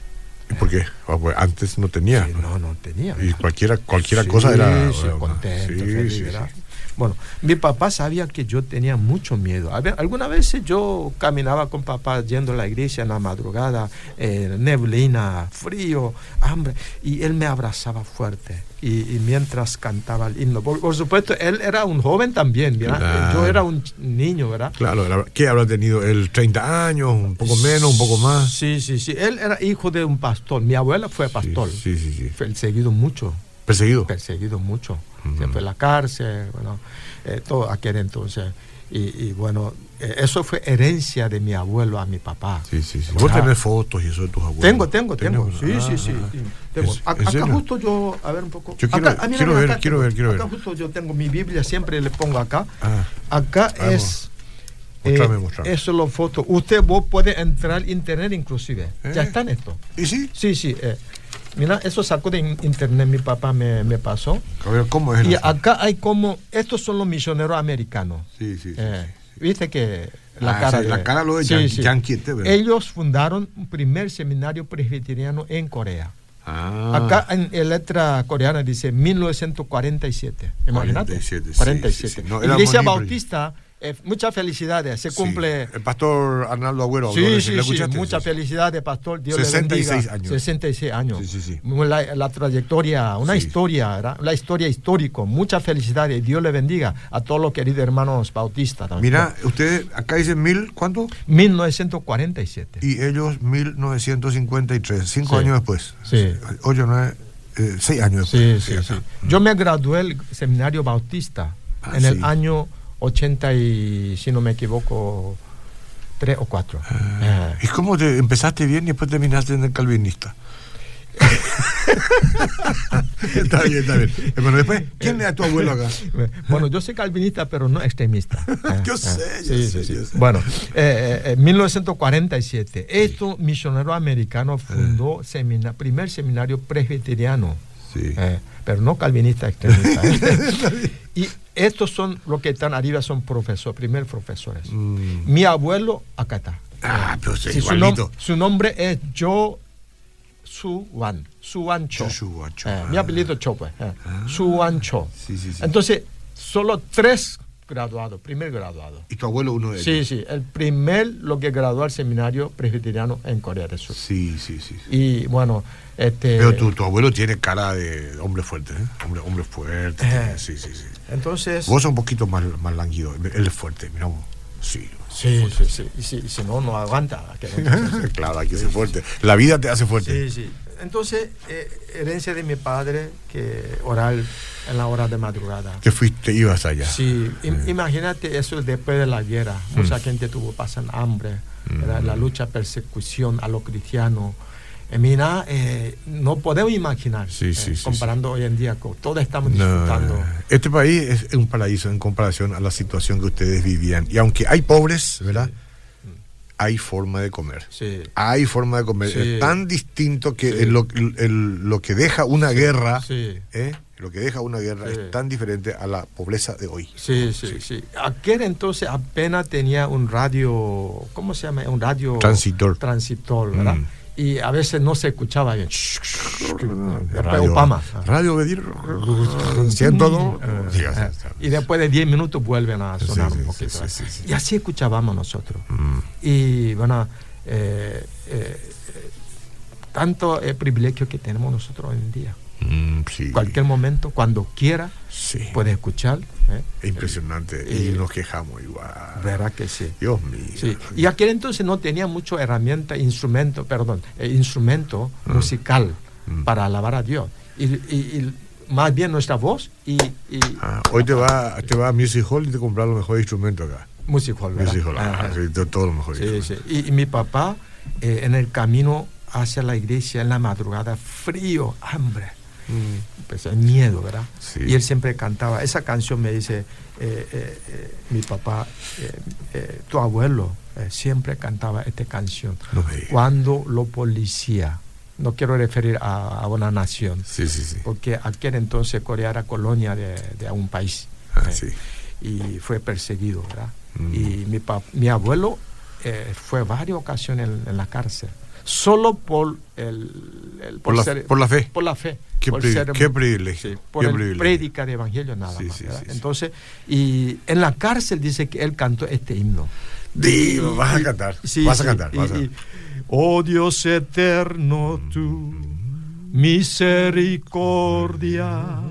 Speaker 1: ¿Y ¿Por qué? Ah, pues, antes no tenía.
Speaker 2: Sí,
Speaker 1: ¿no?
Speaker 2: no, no tenía.
Speaker 1: Y cualquiera, cualquiera
Speaker 2: Sí,
Speaker 1: cosa era.
Speaker 2: sí,
Speaker 1: era una-
Speaker 2: contento,
Speaker 1: sí,
Speaker 2: feliz,
Speaker 1: sí, sí.
Speaker 2: ¿verdad? Bueno, mi papá sabía que yo tenía mucho miedo. A ver, algunas veces yo caminaba con papá yendo a la iglesia en la madrugada, eh, neblina, frío, hambre, y él me abrazaba fuerte. Y, y mientras cantaba el himno, por, por supuesto, él era un joven también, ¿verdad?
Speaker 1: Claro.
Speaker 2: Yo era un ch- niño, ¿verdad?
Speaker 1: Claro, la- ¿qué habrá tenido? ¿El 30 años? ¿Un poco menos? ¿Un poco más?
Speaker 2: Sí, sí, sí. Él era hijo de un pastor. Mi abuela fue pastor.
Speaker 1: Sí, sí, sí.
Speaker 2: Fue seguido mucho.
Speaker 1: ¿Perseguido?
Speaker 2: perseguido mucho. Se
Speaker 1: Ujú.
Speaker 2: fue a la cárcel, bueno, eh, todo aquel entonces. Y, y bueno, eh, eso fue herencia de mi abuelo a mi papá.
Speaker 1: Sí, sí, Ah. sí.
Speaker 2: Bueno,
Speaker 1: Vos tenés fotos y eso de tus abuelos.
Speaker 2: tengo, tengo, tengo.
Speaker 1: ¿Tenés?
Speaker 2: Sí, sí, sí.
Speaker 1: Ah,
Speaker 2: sí,
Speaker 1: ah, ah.
Speaker 2: tengo.
Speaker 1: ¿En-
Speaker 2: A-
Speaker 1: en
Speaker 2: acá
Speaker 1: serio?
Speaker 2: justo yo, a ver un poco.
Speaker 1: Yo quiero-
Speaker 2: Acá- ah, mira,
Speaker 1: quiero
Speaker 2: mira,
Speaker 1: ver,
Speaker 2: acá
Speaker 1: quiero
Speaker 2: tengo.
Speaker 1: ver, quiero ver.
Speaker 2: Acá justo yo tengo mi Biblia, siempre le pongo acá.
Speaker 1: Ah.
Speaker 2: Acá
Speaker 1: Ah,
Speaker 2: es. eh,
Speaker 1: Mostrame, mostrame.
Speaker 2: Eso es la foto. Usted vos puede entrar internet inclusive.
Speaker 1: Eh.
Speaker 2: Ya están esto.
Speaker 1: ¿Y sí?
Speaker 2: Sí, sí. eh. Mira, eso sacó de in- internet, mi papá me, me pasó.
Speaker 1: A ver, ¿cómo es? el
Speaker 2: Y
Speaker 1: asunto?
Speaker 2: acá hay como, estos son los misioneros americanos.
Speaker 1: Sí, sí, sí.
Speaker 2: Eh, Viste que
Speaker 1: Ah,
Speaker 2: la cara,
Speaker 1: sí, la cara lo de yan- yanquiete, ¿verdad?
Speaker 2: Ellos fundaron un primer seminario presbiteriano en Corea.
Speaker 1: Ah.
Speaker 2: Acá en, en letra coreana dice 1947. Imagínate.
Speaker 1: 47, sí,
Speaker 2: 47.
Speaker 1: sí, sí. No, era
Speaker 2: Iglesia
Speaker 1: bonito.
Speaker 2: Bautista, eh, muchas felicidades. Se
Speaker 1: Sí.
Speaker 2: cumple.
Speaker 1: El pastor Arnaldo Agüero. habló de
Speaker 2: Sí,
Speaker 1: eso.
Speaker 2: sí,
Speaker 1: ¿Le
Speaker 2: sí,
Speaker 1: escuchaste?
Speaker 2: muchas
Speaker 1: Sí, sí.
Speaker 2: felicidades, pastor. Dios
Speaker 1: 66
Speaker 2: le bendiga.
Speaker 1: años.
Speaker 2: 66 años.
Speaker 1: Sí, sí, sí.
Speaker 2: La, la trayectoria, una
Speaker 1: Sí.
Speaker 2: historia, ¿verdad? la historia histórico. Muchas felicidades. Dios le bendiga a todos los queridos hermanos bautistas. también.
Speaker 1: Mira, ustedes acá dicen mil, ¿cuánto?
Speaker 2: 1947.
Speaker 1: Y ellos 1953, cinco
Speaker 2: Sí.
Speaker 1: años después.
Speaker 2: Sí.
Speaker 1: Ocho, nueve, eh, seis años
Speaker 2: Sí,
Speaker 1: después.
Speaker 2: sí, sí.
Speaker 1: acá.
Speaker 2: Yo me gradué del seminario bautista
Speaker 1: Ah,
Speaker 2: en
Speaker 1: sí.
Speaker 2: el año 80 y, si no me equivoco, 3 o 4.
Speaker 1: Ah. ¿Y cómo te empezaste bien y después terminaste en el calvinista? está bien, está bien. Eh, Pero después, ¿quién era tu abuelo acá?
Speaker 2: Bueno, yo soy calvinista, pero no extremista. Ah,
Speaker 1: Yo
Speaker 2: ah,
Speaker 1: sé, yo sé, yo sé.
Speaker 2: Bueno, eh, eh, eh, 1947, esto misionero americano fundó semina- primer seminario presbiteriano,
Speaker 1: Ah. Sí.
Speaker 2: eh, pero no calvinista extremista. eh. y estos son los que están arriba, son profesores, primer profesores.
Speaker 1: Mm.
Speaker 2: Mi abuelo, acá está.
Speaker 1: Ah, pero sí,
Speaker 2: Sí, su,
Speaker 1: igualito.
Speaker 2: nom- su nombre es Joe Suwan. Suwan Cho.
Speaker 1: Yo subo a
Speaker 2: Eh,
Speaker 1: Chopin.
Speaker 2: mi apellido Cho, pues. eh.
Speaker 1: Ah.
Speaker 2: Suwan Cho.
Speaker 1: Sí, sí, sí.
Speaker 2: Entonces, solo tres graduados, primer graduado.
Speaker 1: Y tu abuelo uno de
Speaker 2: Sí,
Speaker 1: ellos.
Speaker 2: sí, el primer lo que graduó al seminario presbiteriano en Corea del Sur.
Speaker 1: Sí, sí, sí.
Speaker 2: Y bueno, este.
Speaker 1: Pero tu, tu abuelo tiene cara de hombre fuerte, ¿eh? Hombre, hombre fuerte.
Speaker 2: Eh.
Speaker 1: Sí, sí, sí.
Speaker 2: Entonces.
Speaker 1: Vos sos un poquito más, más languido. Él es fuerte, mira. vos. Sí.
Speaker 2: Sí, sí, sí. Y si, y si no, no aguanta. aquel entonces.
Speaker 1: claro, hay que ser fuerte. La vida te hace fuerte.
Speaker 2: Sí, sí. Entonces, eh, herencia de mi padre, que oral en la hora de madrugada.
Speaker 1: Te fuiste, ibas allá.
Speaker 2: Sí, im- imagínate eso después de la guerra.
Speaker 1: Mm.
Speaker 2: Mucha gente tuvo, pasan hambre, ¿verdad? la lucha, persecución a los cristianos. Eh, mira, eh, no podemos imaginar, eh,
Speaker 1: Sí, sí, sí,
Speaker 2: comparando hoy en día, con, todos estamos
Speaker 1: No,
Speaker 2: disfrutando.
Speaker 1: este país es un paraíso en comparación a la situación que ustedes vivían. Y aunque hay pobres, ¿verdad? Hay forma de comer.
Speaker 2: Sí,
Speaker 1: Hay forma de comer.
Speaker 2: Sí.
Speaker 1: Es tan distinto que
Speaker 2: Sí.
Speaker 1: el- lo, el- lo que deja una guerra,
Speaker 2: sí.
Speaker 1: ¿eh? lo que deja una guerra
Speaker 2: Sí.
Speaker 1: es tan diferente a la pobreza de hoy.
Speaker 2: Sí, sí, sí. Aquel entonces apenas tenía un radio, ¿cómo se llama? Un radio...
Speaker 1: Transitor.
Speaker 2: Transitor, ¿verdad?
Speaker 1: Mm.
Speaker 2: Y a veces no se escuchaba bien.
Speaker 1: Radio,
Speaker 2: Obama.
Speaker 1: Radio Bedir 102. eh, Sí, sí,
Speaker 2: Ah,
Speaker 1: sí.
Speaker 2: Y después de 10 minutos vuelven a
Speaker 1: Sí,
Speaker 2: sonar
Speaker 1: sí,
Speaker 2: un
Speaker 1: sí,
Speaker 2: poquito. ¿eh?
Speaker 1: sí, sí, sí.
Speaker 2: Y así escuchábamos nosotros.
Speaker 1: Mm.
Speaker 2: Y bueno, eh, eh, eh, tanto el privilegio que tenemos nosotros hoy en día.
Speaker 1: Mm, sí.
Speaker 2: Cualquier momento, cuando quiera,
Speaker 1: Sí.
Speaker 2: puedes escuchar. ¿eh?
Speaker 1: Es impresionante.
Speaker 2: Y-
Speaker 1: Y nos quejamos igual.
Speaker 2: Verá que sí.
Speaker 1: Dios mío.
Speaker 2: Sí, Y aquel entonces no tenía mucho herramienta, instrumento, perdón, eh, instrumento musical
Speaker 1: Mm.
Speaker 2: para alabar a Dios. Y, y- y más bien nuestra voz y, y
Speaker 1: Ah, hoy te va, te va a Music Hall y te compras los mejores instrumentos acá.
Speaker 2: music hall, ¿verdad?
Speaker 1: Music Hall,
Speaker 2: Ajá.
Speaker 1: ah, sí, to- todos los mejores.
Speaker 2: Sí, sí.
Speaker 1: instrumentos.
Speaker 2: Y, y mi papá eh, en el camino hacia la iglesia en la madrugada, frío, hambre. Pues el miedo, ¿verdad?
Speaker 1: Sí.
Speaker 2: Y él siempre cantaba. Esa canción me dice, eh, eh, eh, mi papá, eh, eh, tu abuelo, eh, siempre cantaba esta canción.
Speaker 1: No me digas.
Speaker 2: Cuando lo policía, no quiero referir a, a una nación,
Speaker 1: Sí, sí, sí.
Speaker 2: porque aquel entonces Corea era colonia de, de un país.
Speaker 1: Ah,
Speaker 2: eh,
Speaker 1: sí.
Speaker 2: y fue perseguido, ¿verdad?
Speaker 1: Mm.
Speaker 2: Y mi, pa- mi abuelo eh, fue varias ocasiones en, en la cárcel, solo por el, el-
Speaker 1: Por la- por la fe.
Speaker 2: por la fe,
Speaker 1: Qué
Speaker 2: por
Speaker 1: privi-
Speaker 2: ser-
Speaker 1: qué privilegio,
Speaker 2: sí, por
Speaker 1: qué
Speaker 2: el
Speaker 1: privilegio.
Speaker 2: prédica de evangelio nada
Speaker 1: Sí,
Speaker 2: más.
Speaker 1: sí,
Speaker 2: ¿verdad?
Speaker 1: sí, sí.
Speaker 2: Entonces, y en la cárcel dice que él cantó este himno.
Speaker 1: Di- vas a cantar.
Speaker 2: Sí,
Speaker 1: vas a
Speaker 2: sí,
Speaker 1: cantar.
Speaker 2: y-
Speaker 1: vas a-
Speaker 2: y- oh Dios eterno, tú, misericordia,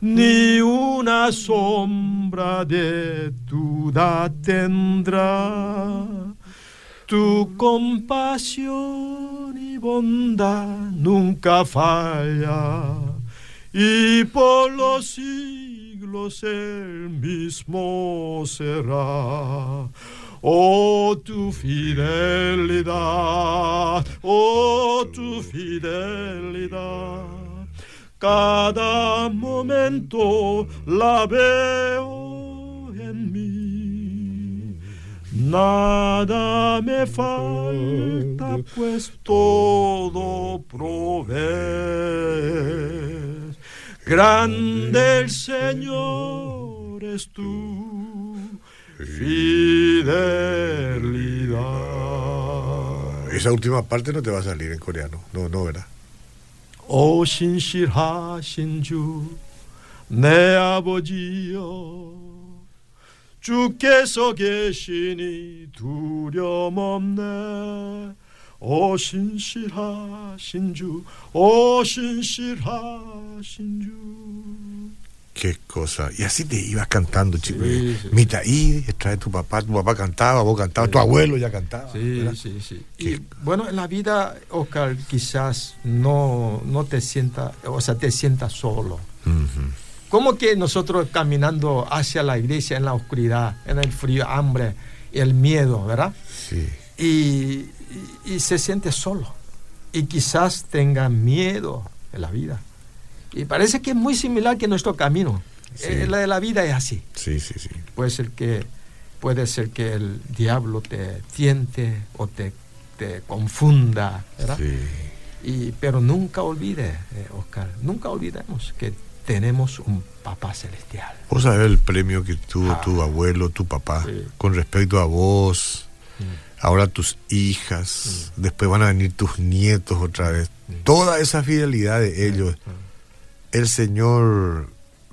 Speaker 2: ni una sombra de duda tendrá. Tu compasión y bondad nunca falla, y por los siglos el mismo será. Oh tu fidelidad, oh tu fidelidad, cada momento la veo en mí. Nada me falta, pues todo provees. Grande el Señor es tu fidelidad.
Speaker 1: Esa última parte no te va a salir en coreano. No, no, ¿verdad?
Speaker 2: 오 신실하 신주 내 아버지여 주께서 계시니 두려움 없네 오 신실하 신주 오 신실하 신주
Speaker 1: Qué cosa. Y así te ibas cantando, chico.
Speaker 2: Sí, sí.
Speaker 1: Mita ahí, trae tu papá, tu papá cantaba, vos cantabas, tu abuelo ya cantaba.
Speaker 2: Sí,
Speaker 1: ¿verdad?
Speaker 2: sí, 아, sí.
Speaker 1: Qué-
Speaker 2: Y bueno, en la vida, Oscar, quizás no, no te sienta, o sea, te sientas solo.
Speaker 1: Ujú.
Speaker 2: ¿Cómo que nosotros caminando hacia la iglesia en la oscuridad, en el frío, hambre, el miedo, ¿verdad?
Speaker 1: Sí.
Speaker 2: Y, y- y se siente solo. Y quizás tenga miedo de la vida. Y parece que es muy similar que nuestro camino.
Speaker 1: Sí.
Speaker 2: Eh, la de la vida es así.
Speaker 1: Sí, sí, sí.
Speaker 2: Puede ser que, puede ser que el diablo te tiente o te, te confunda, ¿verdad?
Speaker 1: Sí.
Speaker 2: Y, pero nunca olvide, eh, Oscar, nunca olvidemos que tenemos un papá celestial.
Speaker 1: Vos sabés el premio que tuvo
Speaker 2: Ah.
Speaker 1: tu abuelo, tu papá,
Speaker 2: Sí.
Speaker 1: con respecto a vos, ahora tus hijas, después van a venir tus nietos otra vez. Toda esa fidelidad de ellos, el Señor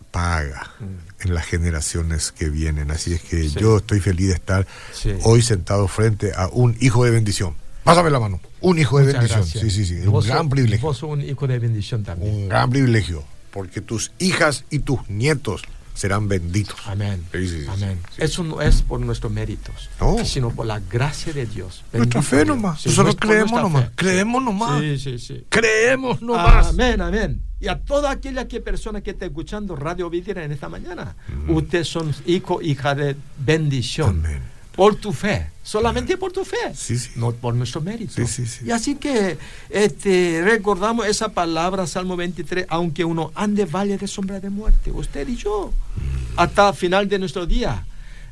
Speaker 1: paga
Speaker 2: Mm.
Speaker 1: en las generaciones que vienen. Así es que
Speaker 2: Sí.
Speaker 1: yo estoy feliz de estar
Speaker 2: Sí.
Speaker 1: hoy sentado frente a un hijo de bendición. Pásame la mano. Un hijo de
Speaker 2: Muchas
Speaker 1: bendición.
Speaker 2: gracias.
Speaker 1: Sí, sí, sí. Es un
Speaker 2: Vos
Speaker 1: gran
Speaker 2: sos-
Speaker 1: privilegio.
Speaker 2: Vos sos un hijo de bendición también.
Speaker 1: Un gran privilegio. Porque tus hijas y tus nietos serán benditos.
Speaker 2: Amén.
Speaker 1: Sí, sí, sí,
Speaker 2: Amén.
Speaker 1: sí.
Speaker 2: Eso no es por nuestros méritos,
Speaker 1: No.
Speaker 2: sino por la gracia de Dios.
Speaker 1: Nuestra
Speaker 2: Bendito
Speaker 1: fe
Speaker 2: Dios.
Speaker 1: nomás.
Speaker 2: Sí,
Speaker 1: Nosotros
Speaker 2: nuestra- por
Speaker 1: creemos
Speaker 2: nuestra
Speaker 1: nomás.
Speaker 2: fe.
Speaker 1: Creemos nomás.
Speaker 2: Sí, sí, sí.
Speaker 1: Creemos nomás.
Speaker 2: Amén, amén. Y a toda aquella que persona que está escuchando Radio Videra en esta mañana, ustedes son hijo, hija de bendición.
Speaker 1: Amén.
Speaker 2: Por tu fe, solamente por tu fe,
Speaker 1: Sí, sí.
Speaker 2: no por nuestro mérito.
Speaker 1: Sí, sí, sí.
Speaker 2: Y así que este, recordamos esa palabra, Salmo 23, aunque uno ande valle de sombra de muerte, usted y yo,
Speaker 1: Mm.
Speaker 2: hasta el final de nuestro día,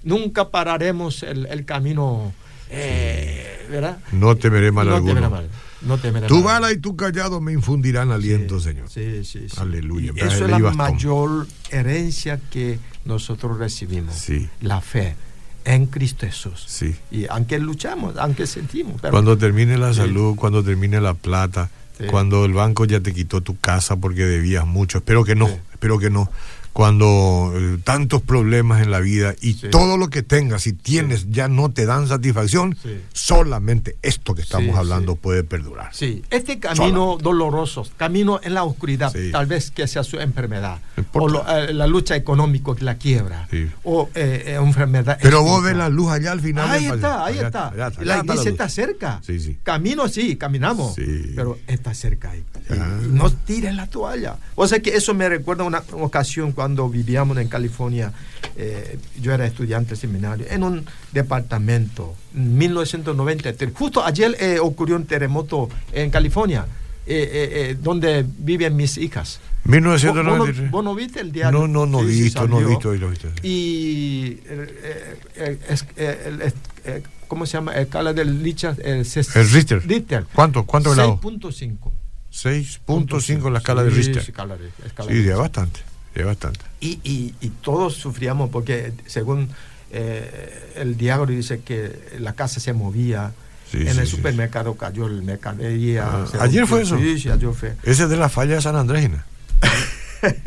Speaker 2: nunca pararemos el, el camino, eh, ¿verdad?
Speaker 1: No temeré mal
Speaker 2: no
Speaker 1: alguno.
Speaker 2: temerá mal, no temerá
Speaker 1: Tu
Speaker 2: mal.
Speaker 1: vara y tu callado me infundirán aliento,
Speaker 2: Sí,
Speaker 1: Señor.
Speaker 2: sí, sí, sí.
Speaker 1: Aleluya.
Speaker 2: Y
Speaker 1: Trae
Speaker 2: Eso
Speaker 1: el
Speaker 2: es la
Speaker 1: bastón.
Speaker 2: mayor herencia que nosotros recibimos.
Speaker 1: Sí.
Speaker 2: La fe en Cristo Jesús.
Speaker 1: Sí.
Speaker 2: Y aunque luchamos, aunque sentimos. pero-
Speaker 1: Cuando termine la
Speaker 2: Sí.
Speaker 1: salud, cuando termine la plata,
Speaker 2: Sí.
Speaker 1: cuando el banco ya te quitó tu casa porque debías mucho, espero que no,
Speaker 2: Sí.
Speaker 1: espero que no. Cuando eh, tantos problemas en la vida y
Speaker 2: Sí.
Speaker 1: todo lo que tengas, si tienes, ya no te dan satisfacción,
Speaker 2: Sí.
Speaker 1: solamente esto que estamos
Speaker 2: Sí,
Speaker 1: hablando
Speaker 2: sí.
Speaker 1: puede perdurar.
Speaker 2: Sí, este camino doloroso, camino en la oscuridad,
Speaker 1: Sí.
Speaker 2: tal vez que sea su enfermedad,
Speaker 1: No importa.
Speaker 2: o lo- eh, la lucha económica, la quiebra,
Speaker 1: Sí.
Speaker 2: o eh, eh, enfermedad.
Speaker 1: Pero vos ves
Speaker 2: espiritual.
Speaker 1: la luz allá al final.
Speaker 2: Ahí
Speaker 1: del
Speaker 2: está,
Speaker 1: pasillo.
Speaker 2: ahí
Speaker 1: Allá
Speaker 2: está.
Speaker 1: allá allá
Speaker 2: La
Speaker 1: está
Speaker 2: iglesia
Speaker 1: luz.
Speaker 2: está cerca.
Speaker 1: Sí, sí.
Speaker 2: Camino sí, caminamos.
Speaker 1: Sí.
Speaker 2: Pero está cerca ahí. Y-
Speaker 1: Ah.
Speaker 2: y no tires la toalla. O sea que eso me recuerda una ocasión cuando vivíamos en California. eh, yo era estudiante de seminario en un departamento en 1993. Justo ayer eh, ocurrió un terremoto en California, eh, eh, eh, donde viven mis hijas. ¿Vos,
Speaker 1: 1993.
Speaker 2: vos no viste el diario?
Speaker 1: No, no, no he
Speaker 2: Sí, sí,
Speaker 1: visto, no he
Speaker 2: salió.
Speaker 1: visto, no he visto.
Speaker 2: Y eh, eh, es- eh, el- es- eh, ¿cómo se llama? El cala del Lichas, el, ses-
Speaker 1: El Richter.
Speaker 2: Richter.
Speaker 1: ¿Cuánto? ¿Cuánto helado?
Speaker 2: 6.5.
Speaker 1: 6.5 en la escala de
Speaker 2: Sí,
Speaker 1: Richter.
Speaker 2: sí, escala de- escala de
Speaker 1: Sí, ya
Speaker 2: Richter.
Speaker 1: bastante, ya bastante.
Speaker 2: Y, y- y todos sufríamos porque según eh, el diario dice que la casa se movía,
Speaker 1: Sí,
Speaker 2: en
Speaker 1: sí,
Speaker 2: el
Speaker 1: sí,
Speaker 2: supermercado cayó el mercadería.
Speaker 1: Ah,
Speaker 2: se
Speaker 1: ¿ayer
Speaker 2: rompió.
Speaker 1: fue eso?
Speaker 2: Sí, sí, ayer fue.
Speaker 1: Ese es de la falla de San Andrés. ¿no?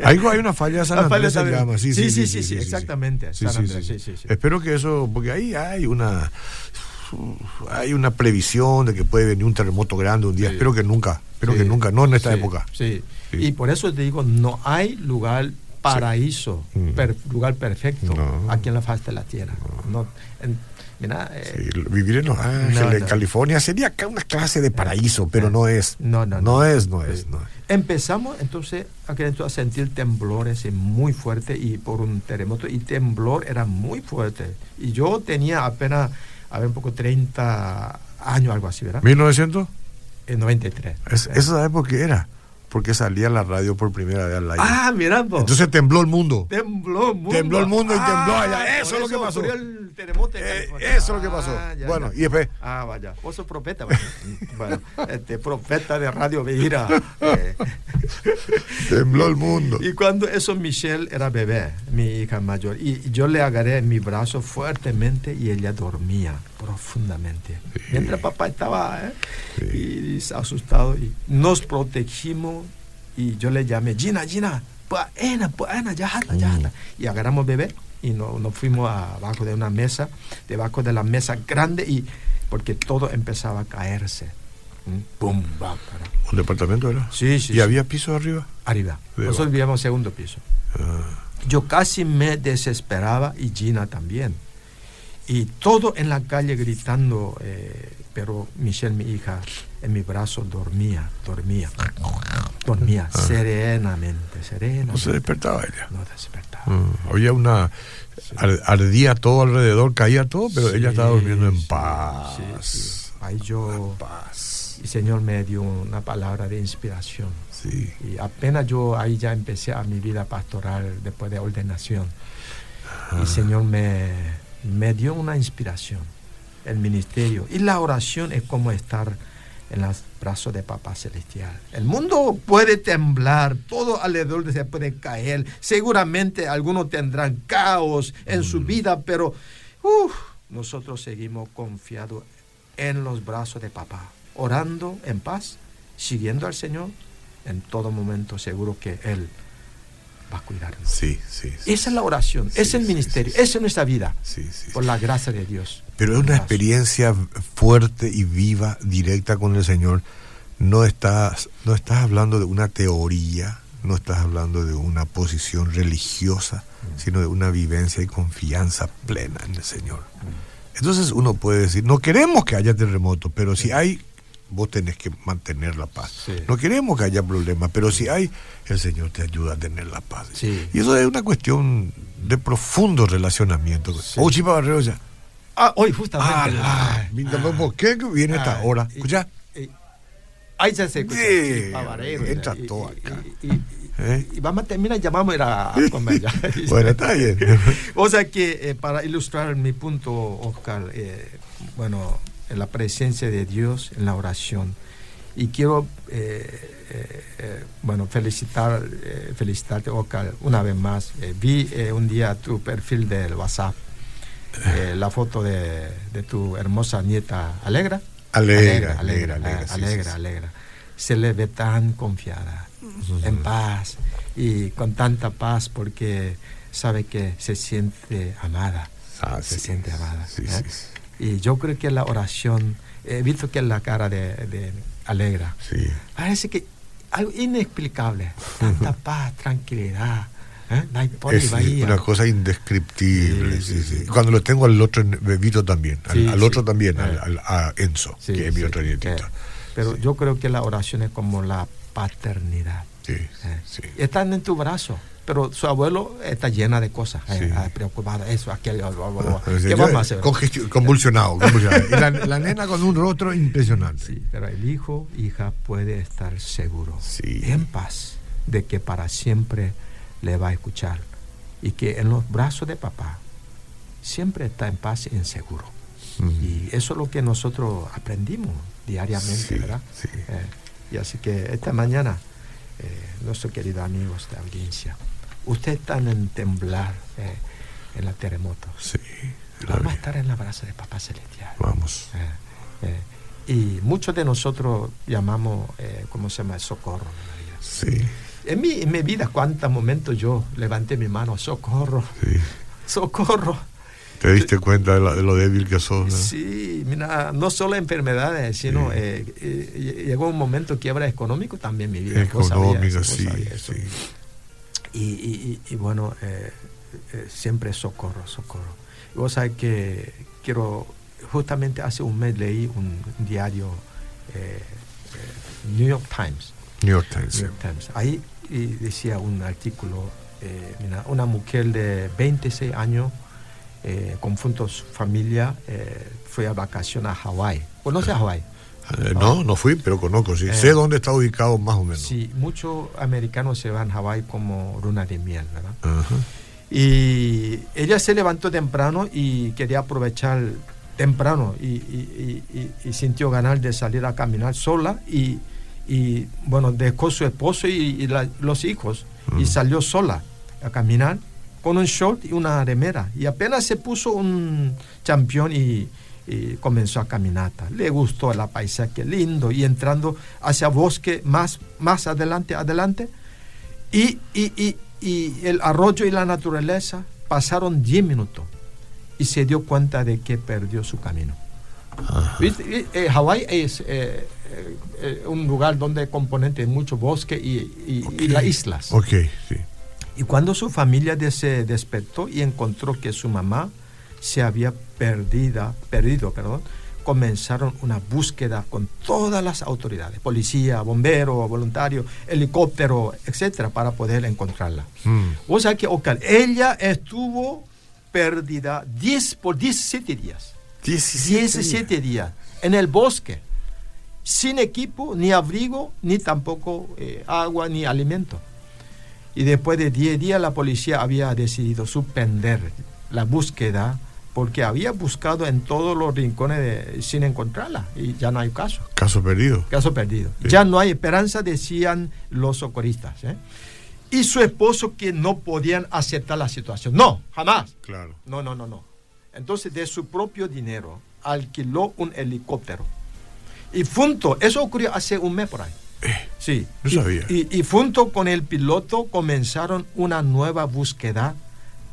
Speaker 1: Algo hay una falla de San
Speaker 2: La falla
Speaker 1: Andrés se
Speaker 2: de San-
Speaker 1: llama. Sí, sí, sí, sí, sí, sí.
Speaker 2: exactamente,
Speaker 1: Sí,
Speaker 2: San
Speaker 1: sí,
Speaker 2: Andrés,
Speaker 1: sí, sí.
Speaker 2: sí, sí, sí.
Speaker 1: Espero que eso, porque ahí hay una hay una previsión de que puede venir un terremoto grande un día.
Speaker 2: Sí.
Speaker 1: Espero que nunca, espero
Speaker 2: Sí.
Speaker 1: que nunca, no en esta
Speaker 2: Sí,
Speaker 1: época.
Speaker 2: Sí.
Speaker 1: Sí.
Speaker 2: Y por eso te digo, no hay lugar paraíso,
Speaker 1: Mm.
Speaker 2: per- lugar perfecto
Speaker 1: No.
Speaker 2: aquí en la faz de la tierra. No, en- mira, eh,
Speaker 1: Sí, vivir en Los Ángeles, en
Speaker 2: no.
Speaker 1: California, sería acá una clase de paraíso, pero no es.
Speaker 2: No, no,
Speaker 1: No
Speaker 2: no.
Speaker 1: es, no es.
Speaker 2: Sí.
Speaker 1: no es.
Speaker 2: Empezamos entonces a, querer a sentir temblores eh, muy fuertes y por un terremoto y temblor era muy fuerte. Y yo tenía apenas, a ver, un poco 30 años, algo así, ¿verdad?
Speaker 1: ¿1900?
Speaker 2: En 93.
Speaker 1: Es,
Speaker 2: Eh.
Speaker 1: Eso sabes por qué era. Porque salía la radio por primera vez al aire.
Speaker 2: Ah, mirá vos.
Speaker 1: Entonces tembló el mundo.
Speaker 2: tembló el mundo. Ah,
Speaker 1: Tembló el mundo y tembló allá.
Speaker 2: por
Speaker 1: Eso es lo que pasó.
Speaker 2: ocurrió el terremoto de
Speaker 1: Eh, eso
Speaker 2: California.
Speaker 1: es lo que pasó. Bueno, y después-
Speaker 2: Ah, vaya. Vos sos profeta. vaya. bueno, este profeta de Radio Veira. eh.
Speaker 1: Tembló el mundo.
Speaker 2: Y cuando eso, Michelle era bebé, mi hija mayor, y yo le agarré mi brazo fuertemente y ella dormía profundamente. Mientras papá estaba ¿eh? y, y asustado, y nos protegimos y yo le llamé, Gina, Gina, Ana, Ana, ya, jala, ya. jala". Y agarramos bebé y no- nos fuimos abajo de una mesa, debajo de la mesa grande, y porque todo empezaba a caerse. ¿Mm? Pum, va, para.
Speaker 1: ¿Un departamento era?
Speaker 2: Sí, sí,
Speaker 1: ¿Y
Speaker 2: sí.
Speaker 1: había piso arriba?
Speaker 2: Arriba.
Speaker 1: Arriba.
Speaker 2: Nosotros vivíamos segundo piso.
Speaker 1: Ah,
Speaker 2: Yo casi me desesperaba y Gina también. Y todo en la calle gritando, eh, pero Michelle, mi hija, en mi brazo dormía, dormía, dormía serenamente,
Speaker 1: no se
Speaker 2: serenamente.
Speaker 1: despertaba ella.
Speaker 2: No despertaba.
Speaker 1: Ah, había una... ar- ardía todo alrededor, caía todo, pero
Speaker 2: Sí,
Speaker 1: ella estaba durmiendo en
Speaker 2: sí,
Speaker 1: paz.
Speaker 2: sí, sí. Ahí yo,
Speaker 1: Paz.
Speaker 2: el Señor me dio una palabra de inspiración.
Speaker 1: Sí.
Speaker 2: Y apenas yo ahí ya empecé a mi vida pastoral después de ordenación. Y el Señor me, me dio una inspiración, el ministerio. Y la oración es como estar en los brazos de Papá Celestial. El mundo puede temblar, todo alrededor se puede caer. Seguramente algunos tendrán caos en su vida, pero uf, nosotros seguimos confiados en los brazos de Papá, orando en paz, siguiendo al Señor en todo momento, seguro que Él va a cuidarnos.
Speaker 1: Ah, Sí, sí. sí.
Speaker 2: Esa es la oración,
Speaker 1: Sí,
Speaker 2: es el
Speaker 1: sí,
Speaker 2: ministerio,
Speaker 1: sí, sí.
Speaker 2: esa es nuestra vida,
Speaker 1: Sí, sí, sí.
Speaker 2: por la gracia de Dios.
Speaker 1: Pero es una experiencia fuerte y viva, directa con el Señor. No estás, no estás hablando de una teoría, no estás hablando de una posición religiosa,
Speaker 2: Mm.
Speaker 1: sino de una vivencia y confianza plena en el Señor. Entonces uno puede decir, no queremos que haya terremoto, pero si hay, vos tenés que mantener la paz.
Speaker 2: Sí.
Speaker 1: No queremos que haya problemas, pero si hay, el Señor te ayuda a tener la paz.
Speaker 2: Sí.
Speaker 1: Y eso es una cuestión de profundo relacionamiento. Oh, Chipa Barrero ya.
Speaker 2: Ah, hoy justamente.
Speaker 1: Ah, la, mira, ¿Por qué que viene esta
Speaker 2: Ah,
Speaker 1: hora?
Speaker 2: y-
Speaker 1: Escucha.
Speaker 2: y- Ahí ya se escucha.
Speaker 1: Sí,
Speaker 2: sí, pavarero,
Speaker 1: entra
Speaker 2: y-
Speaker 1: todo
Speaker 2: y-
Speaker 1: acá.
Speaker 2: Y, y-
Speaker 1: ¿Eh?
Speaker 2: y vamos a terminar, llamamos a ir a comer ya.
Speaker 1: Bueno, está bien.
Speaker 2: O sea que eh, para ilustrar mi punto, Oscar, eh, bueno, en la presencia de Dios en la oración. Y quiero, eh, eh, eh, bueno, felicitar, eh, felicitarte, Oscar, una vez más. Eh, vi eh, un día tu perfil del WhatsApp, eh, la foto de, de tu hermosa nieta, ¿alegra?
Speaker 1: Alegra, alegra,
Speaker 2: alegra,
Speaker 1: alegra,
Speaker 2: ah,
Speaker 1: sí,
Speaker 2: alegra,
Speaker 1: sí, sí.
Speaker 2: alegra. Se le ve tan confiada, en paz y con tanta paz porque sabe que se siente amada.
Speaker 1: Ah,
Speaker 2: se
Speaker 1: sí,
Speaker 2: siente amada.
Speaker 1: sí, sí,
Speaker 2: ¿eh?
Speaker 1: sí.
Speaker 2: Y yo creo que la oración, he visto que la cara de, de alegra,
Speaker 1: Sí.
Speaker 2: parece que algo inexplicable, tanta paz, tranquilidad. ¿eh? No hay por
Speaker 1: Es
Speaker 2: bahía.
Speaker 1: una cosa indescriptible.
Speaker 2: Sí,
Speaker 1: sí,
Speaker 2: sí,
Speaker 1: sí.
Speaker 2: sí.
Speaker 1: Cuando lo tengo al otro en- bebito también, al,
Speaker 2: Sí,
Speaker 1: al
Speaker 2: sí.
Speaker 1: otro también, al-
Speaker 2: Eh.
Speaker 1: al- a Enzo,
Speaker 2: Sí,
Speaker 1: que es mi
Speaker 2: sí,
Speaker 1: otra nietita.
Speaker 2: eh, pero
Speaker 1: Sí.
Speaker 2: yo creo que la oración es como la paternidad.
Speaker 1: Sí,
Speaker 2: Eh,
Speaker 1: sí.
Speaker 2: Están en tu brazo. Pero su abuelo está llena de cosas, eh,
Speaker 1: Sí.
Speaker 2: ah, preocupada, eso, aquello, bla, bla, bla.
Speaker 1: O sea,
Speaker 2: ¿Qué
Speaker 1: yo-
Speaker 2: vamos a hacer?
Speaker 1: congestio- Convulsionado. convulsionado. Y la, la nena con un rostro impresionante.
Speaker 2: Sí, pero el hijo, hija, puede estar seguro,
Speaker 1: Sí.
Speaker 2: en paz, de que para siempre le va a escuchar y que en los brazos de papá siempre está en paz y en seguro.
Speaker 1: Ujú.
Speaker 2: Y eso es lo que nosotros aprendimos diariamente,
Speaker 1: Sí,
Speaker 2: ¿verdad?
Speaker 1: sí.
Speaker 2: Eh, y así que esta mañana, eh, nuestro querido amigo de audiencia, ustedes están en temblar eh, en la terremoto.
Speaker 1: Sí, la
Speaker 2: Vamos a
Speaker 1: vi-
Speaker 2: estar en la brasa de Papá Celestial.
Speaker 1: Vamos.
Speaker 2: Eh, eh, y muchos de nosotros llamamos, eh, ¿cómo se llama? Socorro. en la vida.
Speaker 1: Sí,
Speaker 2: En mi, en mi vida, ¿cuántos momentos yo levanté mi mano? Socorro,
Speaker 1: sí.
Speaker 2: socorro.
Speaker 1: ¿Te diste cuenta de, la- de lo débil que sos? no?
Speaker 2: Sí, mira, no solo enfermedades, sino
Speaker 1: Sí.
Speaker 2: eh, eh, llegó un momento quiebra económico también en mi vida. Vos
Speaker 1: Económica,
Speaker 2: sabías, vos
Speaker 1: sí,
Speaker 2: sabías eso.
Speaker 1: sí.
Speaker 2: Y, y- y- y bueno, eh, eh, siempre socorro, socorro. Y Vos sabés que quiero, justamente hace un mes leí un diario, eh, eh, New York Times.
Speaker 1: New York Times.
Speaker 2: New York Times. Ahí y decía un artículo, eh, mira, una mujer de 26 años, eh, con junto a su familia, eh, fue a vacaciones a Hawái. ¿Conoce a Hawái?
Speaker 1: Eh, no, no fui, pero conozco, sí.
Speaker 2: Eh.
Speaker 1: sé dónde está ubicado más o menos.
Speaker 2: Sí, muchos americanos se van a Hawái como luna de miel, ¿verdad?
Speaker 1: Ajá.
Speaker 2: Y ella se levantó temprano y quería aprovechar temprano y, y- y- y- y sintió ganas de salir a caminar sola y, y, bueno, dejó su esposo y, y la- los hijos
Speaker 1: Mm.
Speaker 2: y salió sola a caminar con un short y una remera y apenas se puso un champión y, y comenzó a caminata. Le gustó la paisaje, lindo y entrando hacia bosque más, más adelante, adelante y, y- y- y el arroyo y la naturaleza pasaron 10 minutos y se dio cuenta de que perdió su camino.
Speaker 1: Ajá.
Speaker 2: ¿Viste? Y, eh, Hawái es eh, eh, eh, un lugar donde hay componente de mucho bosque y, y- y las islas.
Speaker 1: Ok, sí.
Speaker 2: Y cuando su familia de- se despertó y encontró que su mamá se había perdida, perdido, perdón, comenzaron una búsqueda con todas las autoridades, policía, bombero, voluntario, helicóptero, etcétera, para poder encontrarla.
Speaker 1: Mm.
Speaker 2: O sea que, Ocal, ella estuvo perdida 10 por 17 días. 17 días en el bosque, sin equipo, ni abrigo, ni tampoco eh, agua, ni alimento. Y después de 10 días la policía había decidido suspender la búsqueda porque había buscado en todos los rincones de- sin encontrarla y ya no hay caso.
Speaker 1: Caso perdido.
Speaker 2: Caso perdido.
Speaker 1: Sí.
Speaker 2: Ya no hay esperanza, decían los socorristas. ¿eh? Y su esposo que no podían aceptar la situación. No, jamás.
Speaker 1: Claro.
Speaker 2: No, no, no, no. Entonces, de su propio dinero, alquiló un helicóptero. Y junto, eso ocurrió hace un mes por ahí. Sí.
Speaker 1: no
Speaker 2: Y-
Speaker 1: sabía.
Speaker 2: Y, y junto con el piloto comenzaron una nueva búsqueda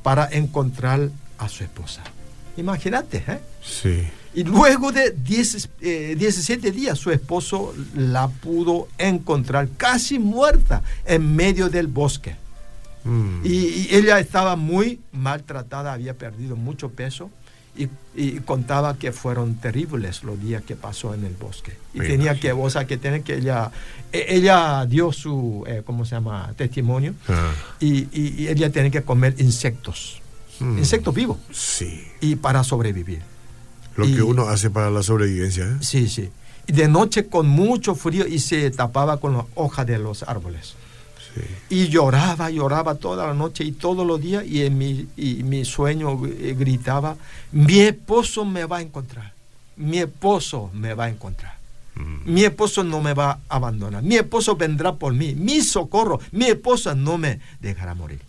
Speaker 2: para encontrar a su esposa. Imagínate, ¿eh?
Speaker 1: Sí.
Speaker 2: Y luego de 10, eh, 17 días, su esposo la pudo encontrar casi muerta en medio del bosque.
Speaker 1: Mm.
Speaker 2: Y, y ella estaba muy maltratada, había perdido mucho peso y, y contaba que fueron terribles los días que pasó en el bosque. Y
Speaker 1: Me
Speaker 2: tenía
Speaker 1: imagino.
Speaker 2: que, o sea, que tener que ella, e- ella dio su, eh, ¿cómo se llama?, testimonio
Speaker 1: Ah.
Speaker 2: y, y- y ella tenía que comer insectos,
Speaker 1: Mm.
Speaker 2: insectos vivos,
Speaker 1: Sí.
Speaker 2: y para sobrevivir.
Speaker 1: Lo
Speaker 2: Y-
Speaker 1: que uno hace para la sobrevivencia. ¿eh?
Speaker 2: Sí, sí. Y de noche con mucho frío y se tapaba con las hojas de los árboles.
Speaker 1: Sí.
Speaker 2: Y lloraba, lloraba toda la noche y todos los días. Y en mi, y mi sueño eh, gritaba, mi esposo me va a encontrar. Mi esposo me va a encontrar.
Speaker 1: Mm.
Speaker 2: Mi esposo no me va a abandonar. Mi esposo vendrá por mí. Mi socorro. Mi esposa no me dejará morir.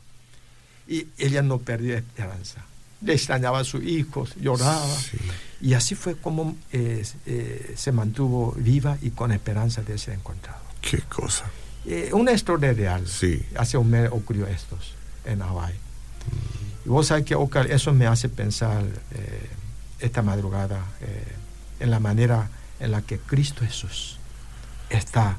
Speaker 2: Y ella no perdió esperanza. Le extrañaba a sus hijos, lloraba.
Speaker 1: Sí.
Speaker 2: Y así fue como eh, eh, se mantuvo viva y con esperanza de ser encontrado.
Speaker 1: Qué cosa.
Speaker 2: Eh, una historia real.
Speaker 1: Sí.
Speaker 2: Hace un mes ocurrió esto en Hawái. Y vos sabés que, Oscar, eso me hace pensar eh, esta madrugada eh, en la manera en la que Cristo Jesús está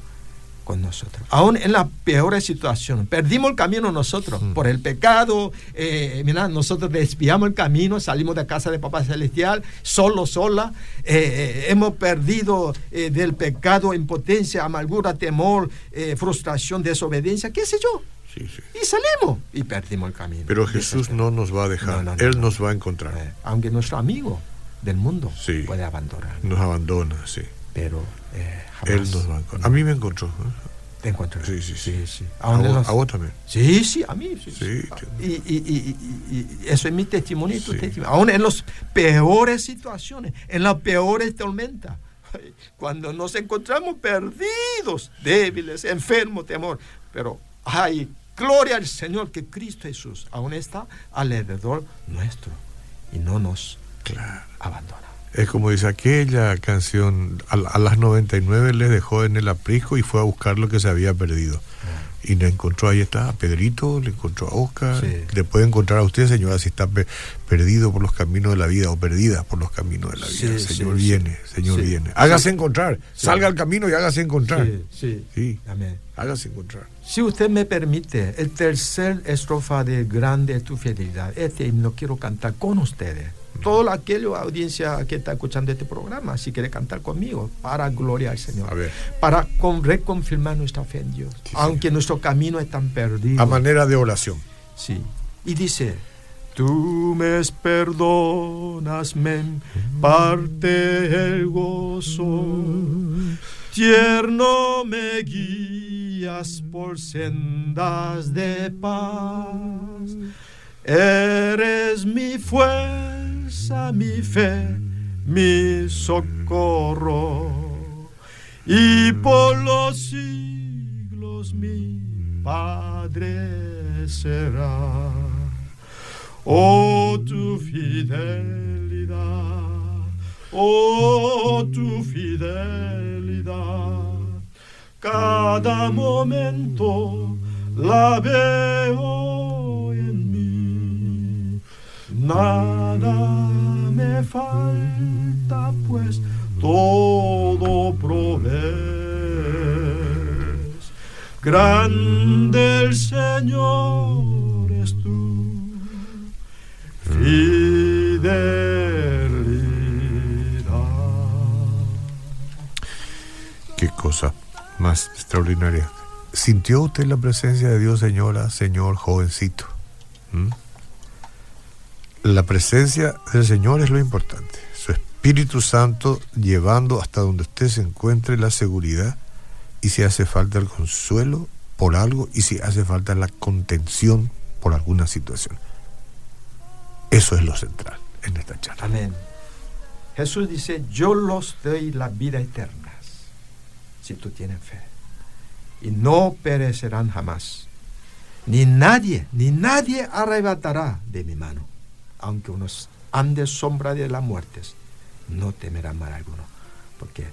Speaker 2: con nosotros. Aún en la peor situación, perdimos el camino nosotros
Speaker 1: Mm.
Speaker 2: por el pecado. eh, mira, nosotros desviamos el camino, salimos de casa de Papá Celestial, solo, sola. eh, eh, hemos perdido eh, del pecado impotencia, amargura, temor, eh, frustración, desobediencia, qué sé yo.
Speaker 1: Sí, sí.
Speaker 2: Y salimos y perdimos el camino.
Speaker 1: Pero Jesús no nos va a dejar.
Speaker 2: No, no, no,
Speaker 1: Él
Speaker 2: no.
Speaker 1: nos va a encontrar.
Speaker 2: Eh, aunque nuestro amigo del mundo
Speaker 1: Sí.
Speaker 2: puede abandonar,
Speaker 1: Nos abandona, sí.
Speaker 2: pero eh, jamás.
Speaker 1: Él nos va a encontrar. A mí me encontró. ¿eh?
Speaker 2: Te encuentro.
Speaker 1: Sí, sí, sí.
Speaker 2: ¿A,
Speaker 1: A,
Speaker 2: dónde
Speaker 1: vos,
Speaker 2: nos-
Speaker 1: a vos también.
Speaker 2: Sí, sí, a mí. Sí,
Speaker 1: Sí,
Speaker 2: sí.
Speaker 1: sí.
Speaker 2: Y, y- y- y- y eso es mi testimonio y tu
Speaker 1: Sí.
Speaker 2: testimonio. Aún en las peores situaciones, en las peores tormentas, cuando nos encontramos perdidos, débiles, enfermos, temor. Pero, ay, gloria al Señor que Cristo Jesús aún está alrededor nuestro y no nos
Speaker 1: Claro.
Speaker 2: abandona.
Speaker 1: Es como dice aquella canción, a, a las 99 les dejó en el aprisco y fue a buscar lo que se había perdido.
Speaker 2: Ah.
Speaker 1: Y le encontró, ahí está, a Pedrito, le encontró a Oscar,
Speaker 2: Sí.
Speaker 1: le puede encontrar a usted, señora, si está pe- perdido por los caminos de la vida o perdida por los caminos de la
Speaker 2: Sí,
Speaker 1: vida.
Speaker 2: sí,
Speaker 1: señor
Speaker 2: sí.
Speaker 1: viene, Señor
Speaker 2: Sí.
Speaker 1: viene. Hágase encontrar,
Speaker 2: Sí.
Speaker 1: salga al camino y hágase encontrar.
Speaker 2: Sí, sí,
Speaker 1: Sí.
Speaker 2: Amén.
Speaker 1: Hágase encontrar.
Speaker 2: Si usted me permite, el tercer estrofa de Grande es tu fidelidad. Este himno quiero cantar con ustedes. Toda aquella audiencia que está escuchando este programa, si quiere cantar conmigo, para gloria al Señor.
Speaker 1: A ver.
Speaker 2: Para con- reconfirmar nuestra fe en Dios.
Speaker 1: Sí,
Speaker 2: aunque nuestro camino es tan perdido.
Speaker 1: A manera de oración.
Speaker 2: Sí. Y dice, tú me perdonas, me parte el gozo, tierno me guías por sendas de paz, eres mi fuerza, mi fe, mi socorro y por los siglos mi Padre será. Oh tu fidelidad, oh tu fidelidad, cada momento la veo en mí. Nada me falta, pues todo provees. Grande el Señor es tu fidelidad.
Speaker 1: Qué cosa más extraordinaria. ¿Sintió usted la presencia de Dios, señora, señor, jovencito? ¿Mm? La presencia del Señor es lo importante. Su Espíritu Santo llevando hasta donde usted se encuentre la seguridad y si hace falta el consuelo por algo y si hace falta la contención por alguna situación. Eso es lo central en esta charla.
Speaker 2: Amén. Jesús dice, yo los doy la vida eterna, si tú tienes fe. Y no perecerán jamás. Ni nadie, ni nadie arrebatará de mi mano. Aunque unos ande sombra de las muertes, no temerá mal alguno, porque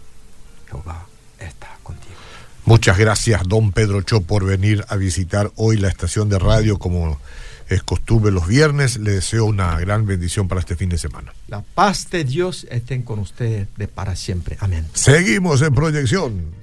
Speaker 2: Jehová está contigo.
Speaker 1: Muchas gracias, don Pedro Cho, por venir a visitar hoy la estación de radio como es costumbre los viernes. Le deseo una gran bendición para este fin de semana.
Speaker 2: La paz de Dios estén con ustedes de para siempre. Amén.
Speaker 1: Seguimos en proyección.